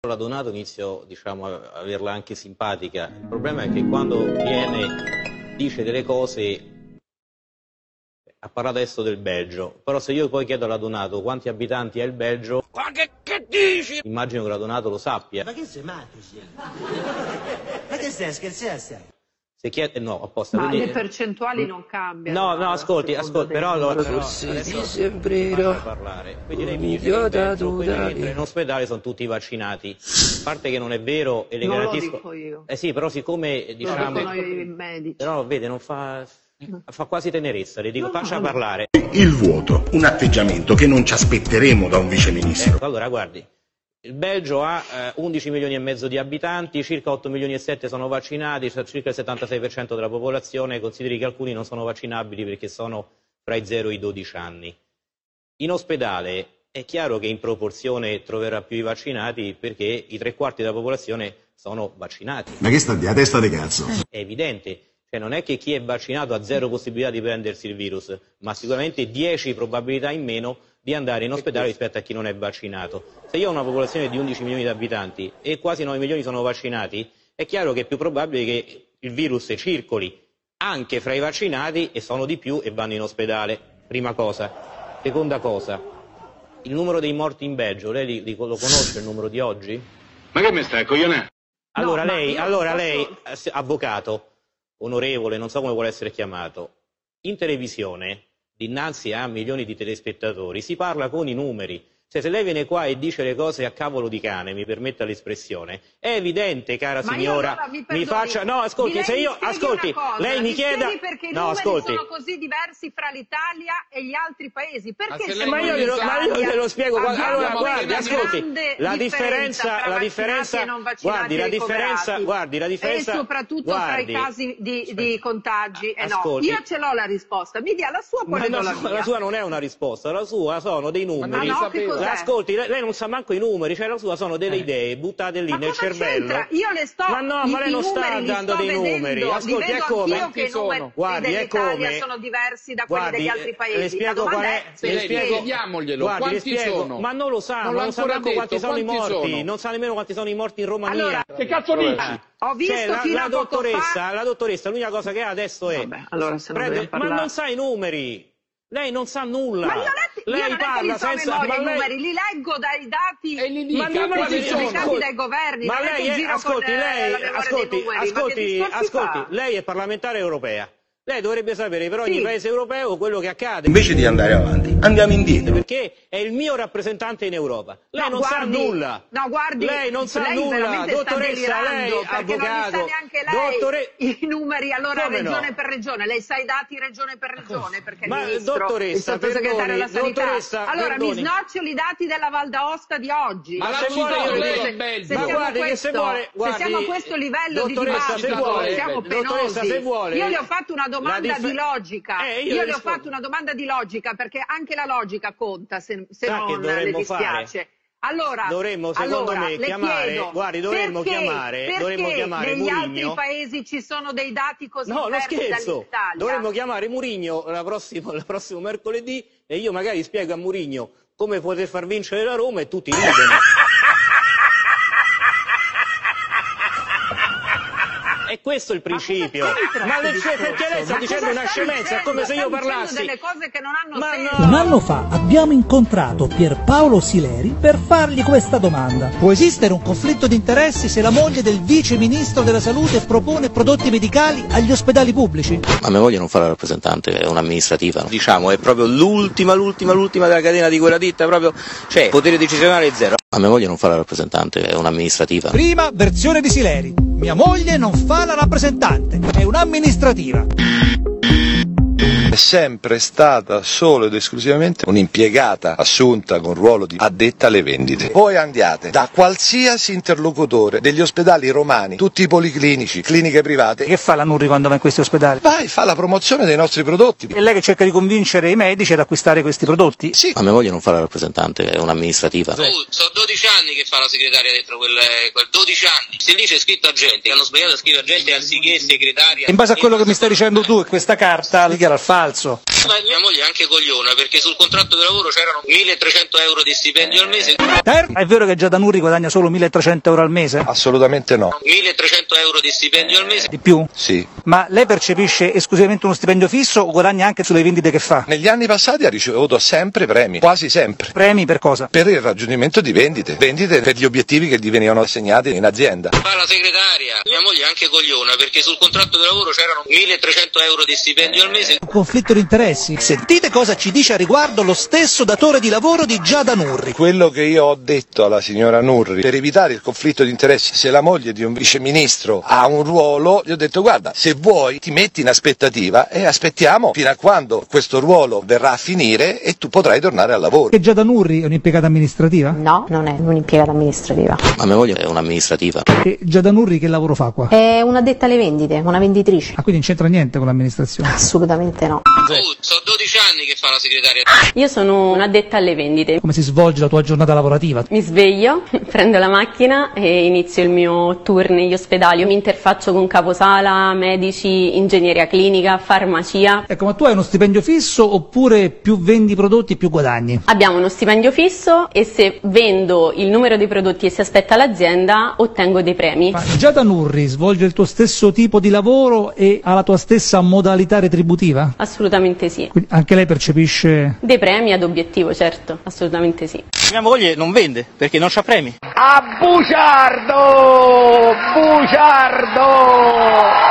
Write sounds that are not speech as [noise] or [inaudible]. Radunato inizio diciamo, a averla anche simpatica. Il problema è che quando viene, dice delle cose, ha parlato adesso del Belgio, però se io poi chiedo a Radunato quanti abitanti ha il Belgio, Ma che, che dici? immagino che Radunato lo sappia. Eh, Ma che sei matto? sei? [laughs] Ma che stai scherzando? stai? Se chiede, no, apposta. Ma quindi- le percentuali non cambiano. No, no, ascolti, ascolti, però, lo, però Sì, adesso- sì, sembrero. Fammi parlare. Quindi lei Un mi dice che in idiota Belgio tu, quelli che dai. entrano in ospedale sono tutti vaccinati. A parte che non è vero e le Non lo garantisco. dico io. Eh sì, però siccome eh, Lo diciamo dicono i medici. però vede, non fa fa quasi tenerezza, le dico Mm. No, faccia no. parlare. Il vuoto, un atteggiamento che non ci aspetteremo da un viceministro. Ecco, allora guardi, il Belgio ha eh, 11 milioni e mezzo di abitanti, circa 8 milioni e 7 sono vaccinati, cioè circa il 76% della popolazione, consideri che alcuni non sono vaccinabili perché sono fra i 0 e i 12 anni. In ospedale è chiaro che in proporzione troverà più i vaccinati perché i tre quarti della popolazione sono vaccinati. Ma che sta di a testa di cazzo? È evidente, cioè non è che chi è vaccinato ha zero possibilità di prendersi il virus, ma sicuramente 10 probabilità in meno di andare in ospedale rispetto a chi non è vaccinato. Se io ho una popolazione di 11 milioni di abitanti e quasi 9 milioni sono vaccinati, è chiaro che è più probabile che il virus circoli anche fra i vaccinati e sono di più e vanno in ospedale. Prima cosa. Seconda cosa, il numero dei morti in Belgio, lei li- li- lo conosce il numero di oggi? Ma che mi stai coglionando? No, Allora, ma lei, io allora posso- lei, eh, se- avvocato, onorevole, non so come vuole essere chiamato, in televisione, dinanzi a milioni di telespettatori, si parla con i numeri. Cioè, se lei viene qua e dice le cose a cavolo di cane, mi permetta l'espressione, è evidente, cara Ma io signora, allora mi perdoni. faccia... No, ascolti, Lei se mi io... spieghi Ascolti, una cosa, lei mi mi chieda... spieghi perché i no, numeri ascolti. sono così diversi fra l'Italia e gli altri paesi. Perché se se lei Ma noi io, in glielo, ma io Italia glielo spiego. guarda- abbiamo allora, una guardi, grande ascolti, la differenza differenza, tra la vaccinati differenza, e non vaccinati guardi, la differenza, ricoverati. guardi, la differenza, e soprattutto guardi. fra i casi di, di contagi A- eh no. ascolti. io ce l'ho la risposta mi dia la sua Ma poi le do la, la sua, mia. la sua non è una risposta, la sua sono dei ma non numeri. no che sapevo. cos'è Eh. Ascolti, lei, lei non sa manco i numeri, cioè la sua sono delle idee buttate lì ma nel cosa cervello. c'entra? Io le sto Ma no, i- ma lei i non sta numeri li dando sto dei vedendo, numeri. li Ascolti, vedo è come- anch'io che Quanti i sono? numeri Guardi, è dell'Italia come- sono diversi da quelli Guardi, eh, degli altri paesi. Le spiego La qual domanda è. se le lei- spiego, chiediamoglielo, guardi, quanti le spiego, sono? Ma non lo sa, Non non, l'ha lo sa ancora manco quanti detto, sono i quanti morti, sono? non sa nemmeno quanti sono i morti in Romania. Allora, Che cazzo dici? ho visto Cioè, la, fino la a poco dottoressa, fa la dottoressa, l'unica cosa che ha adesso è. Vabbè, allora se non dobbiamo ma parlare- non sa i numeri. Lei non sa nulla. ma non è, lei io non è che parla li so a senza. memoria i ma lei- numeri li leggo dai dati E li Ma dica, non quelli quanti dice- sono? pubblicati dai governi Ma non è lei, che è- giro con, ascolti, eh, lei- la memoria dei ascolti, numeri, ma che ascolti, discorsi ascolti, fa? lei è parlamentare europea. Lei dovrebbe sapere per ogni Sì. paese europeo quello che accade. Invece di andare avanti, andiamo indietro. Perché è il mio rappresentante in Europa. Lei No, non guardi- sa nulla. no, guardi, lei non sa lei nulla, veramente sta dottoressa, lei delirando, perché non avvocato. li sa neanche lei Dottore- i numeri, allora Come no? regione per regione, lei sa i dati regione per regione, perché Ma, il ministro, dottoressa, il sottosegretario della perdoni, sanità, dottoressa, allora perdoni. mi snoccioli i dati della Val d'Aosta di oggi. Ma l'ha se vuole citato io lei dico- in Belgio. se ma siamo guardi che questo- se vuole se guardi, siamo a questo livello di dottoressa, se dibattito, vuole, siamo dottoressa, penosi. se vuole, Io le ho fatto una domanda la dif- di logica. Eh, io le ho rispondo. fatto una domanda di logica perché anche la logica conta, se, se Sa che non le dovremmo dispiace. Allora, Dovremmo, secondo allora, me, le chiamare- chiedo, guardi, dovremmo perché- chiamare- perché dovremmo chiamare negli Mourinho? altri paesi ci sono dei dati così No, non diversi scherzo. dall'Italia? Dovremmo chiamare Murigno la prossima- il prossimo mercoledì e io magari spiego a Murigno come poter far vincere la Roma e tutti [laughs] ridono. E questo è il principio. cosa c'entra Ma le- cioè, questo discorso? perché lei sta Ma dicendo cosa una sta scemenza, è dicendo? come se io Sta dicendo parlassi. delle cose che non hanno Ma senso. no. Un anno fa abbiamo incontrato Pierpaolo Sileri per fargli questa domanda. Può esistere un conflitto di interessi se la moglie del vice ministro della salute propone prodotti medicali agli ospedali pubblici? Ma mia moglie non fa la rappresentante, è un'amministrativa. no? Diciamo, è proprio l'ultima, l'ultima, l'ultima della catena di quella ditta, proprio, cioè, potere decisionale zero. Ma mia moglie non fa la rappresentante, è un'amministrativa. Prima versione di Sileri. Mia moglie non fa la rappresentante, è un'amministrativa. è sempre stata solo ed esclusivamente un'impiegata assunta con ruolo di addetta alle vendite. Voi andiate da qualsiasi interlocutore degli ospedali romani, tutti i policlinici, cliniche private, e Che fa la Nurri quando va in questi ospedali? vai fa la promozione dei nostri prodotti. È lei che cerca di convincere i medici ad acquistare questi prodotti? Sì, Ma mia moglie non fa la rappresentante, è un'amministrativa. Oh, sono 12 anni che fa la segretaria dentro quel, quel 12 anni. Se lì c'è scritto agente, che hanno sbagliato a scrivere agente anziché segretaria. In base a quello che mi stai dicendo tu e questa carta, dichiara il falso. Ma mia moglie è anche cogliona perché sul contratto di lavoro c'erano 1300 euro di stipendio al mese. Terzo, è vero che Giadanurri guadagna solo 1300 euro al mese? Assolutamente no. 1300 euro di stipendio al mese. Di più? Sì. Ma lei percepisce esclusivamente uno stipendio fisso o guadagna anche sulle vendite che fa? Negli anni passati ha ricevuto sempre premi, quasi sempre, Premi per cosa? per il raggiungimento di vendite, vendite per gli obiettivi che gli venivano assegnati in azienda. Fa la segretaria. Mia moglie è anche cogliona perché sul contratto di lavoro c'erano 1300 euro di stipendio al mese. Un conflitto di interessi. Sentite cosa ci dice a riguardo lo stesso datore di lavoro di Giadanurri. Quello che io ho detto alla signora Nurri per evitare il conflitto di interessi, se la moglie di un viceministro ha un ruolo, gli ho detto guarda, se vuoi ti metti in aspettativa e aspettiamo fino a quando questo ruolo verrà a finire e tu potrai tornare al lavoro. Che Giadanurri è un'impiegata amministrativa? No, non è un'impiegata amministrativa. Ma mia moglie è un'amministrativa. E Giadanurri che lavoro fa qua? È un'addetta alle vendite, una venditrice. Ah, quindi non c'entra niente con l'amministrazione. Assolutamente no. Oh, sono 12 anni che fa la segretaria. Io sono un'addetta alle vendite. Come si svolge la tua giornata lavorativa? Mi sveglio, [laughs] prendo la macchina e inizio il mio tour negli ospedali. Mi interfaccio con caposala, medici, ingegneria clinica, farmacia. Ecco, ma tu hai uno stipendio fisso oppure più vendi prodotti più guadagni? Abbiamo uno stipendio fisso e se vendo il numero dei prodotti che si aspetta l'azienda ottengo dei premi. Ma Giadanurri svolge il tuo stesso tipo di lavoro e ha la tua stessa modalità retributiva? Assolutamente sì. Quindi anche lei percepisce... Dei premi ad obiettivo, certo, assolutamente sì. Mia moglie non vende perché non c'ha premi. A Buciardo! Buciardo!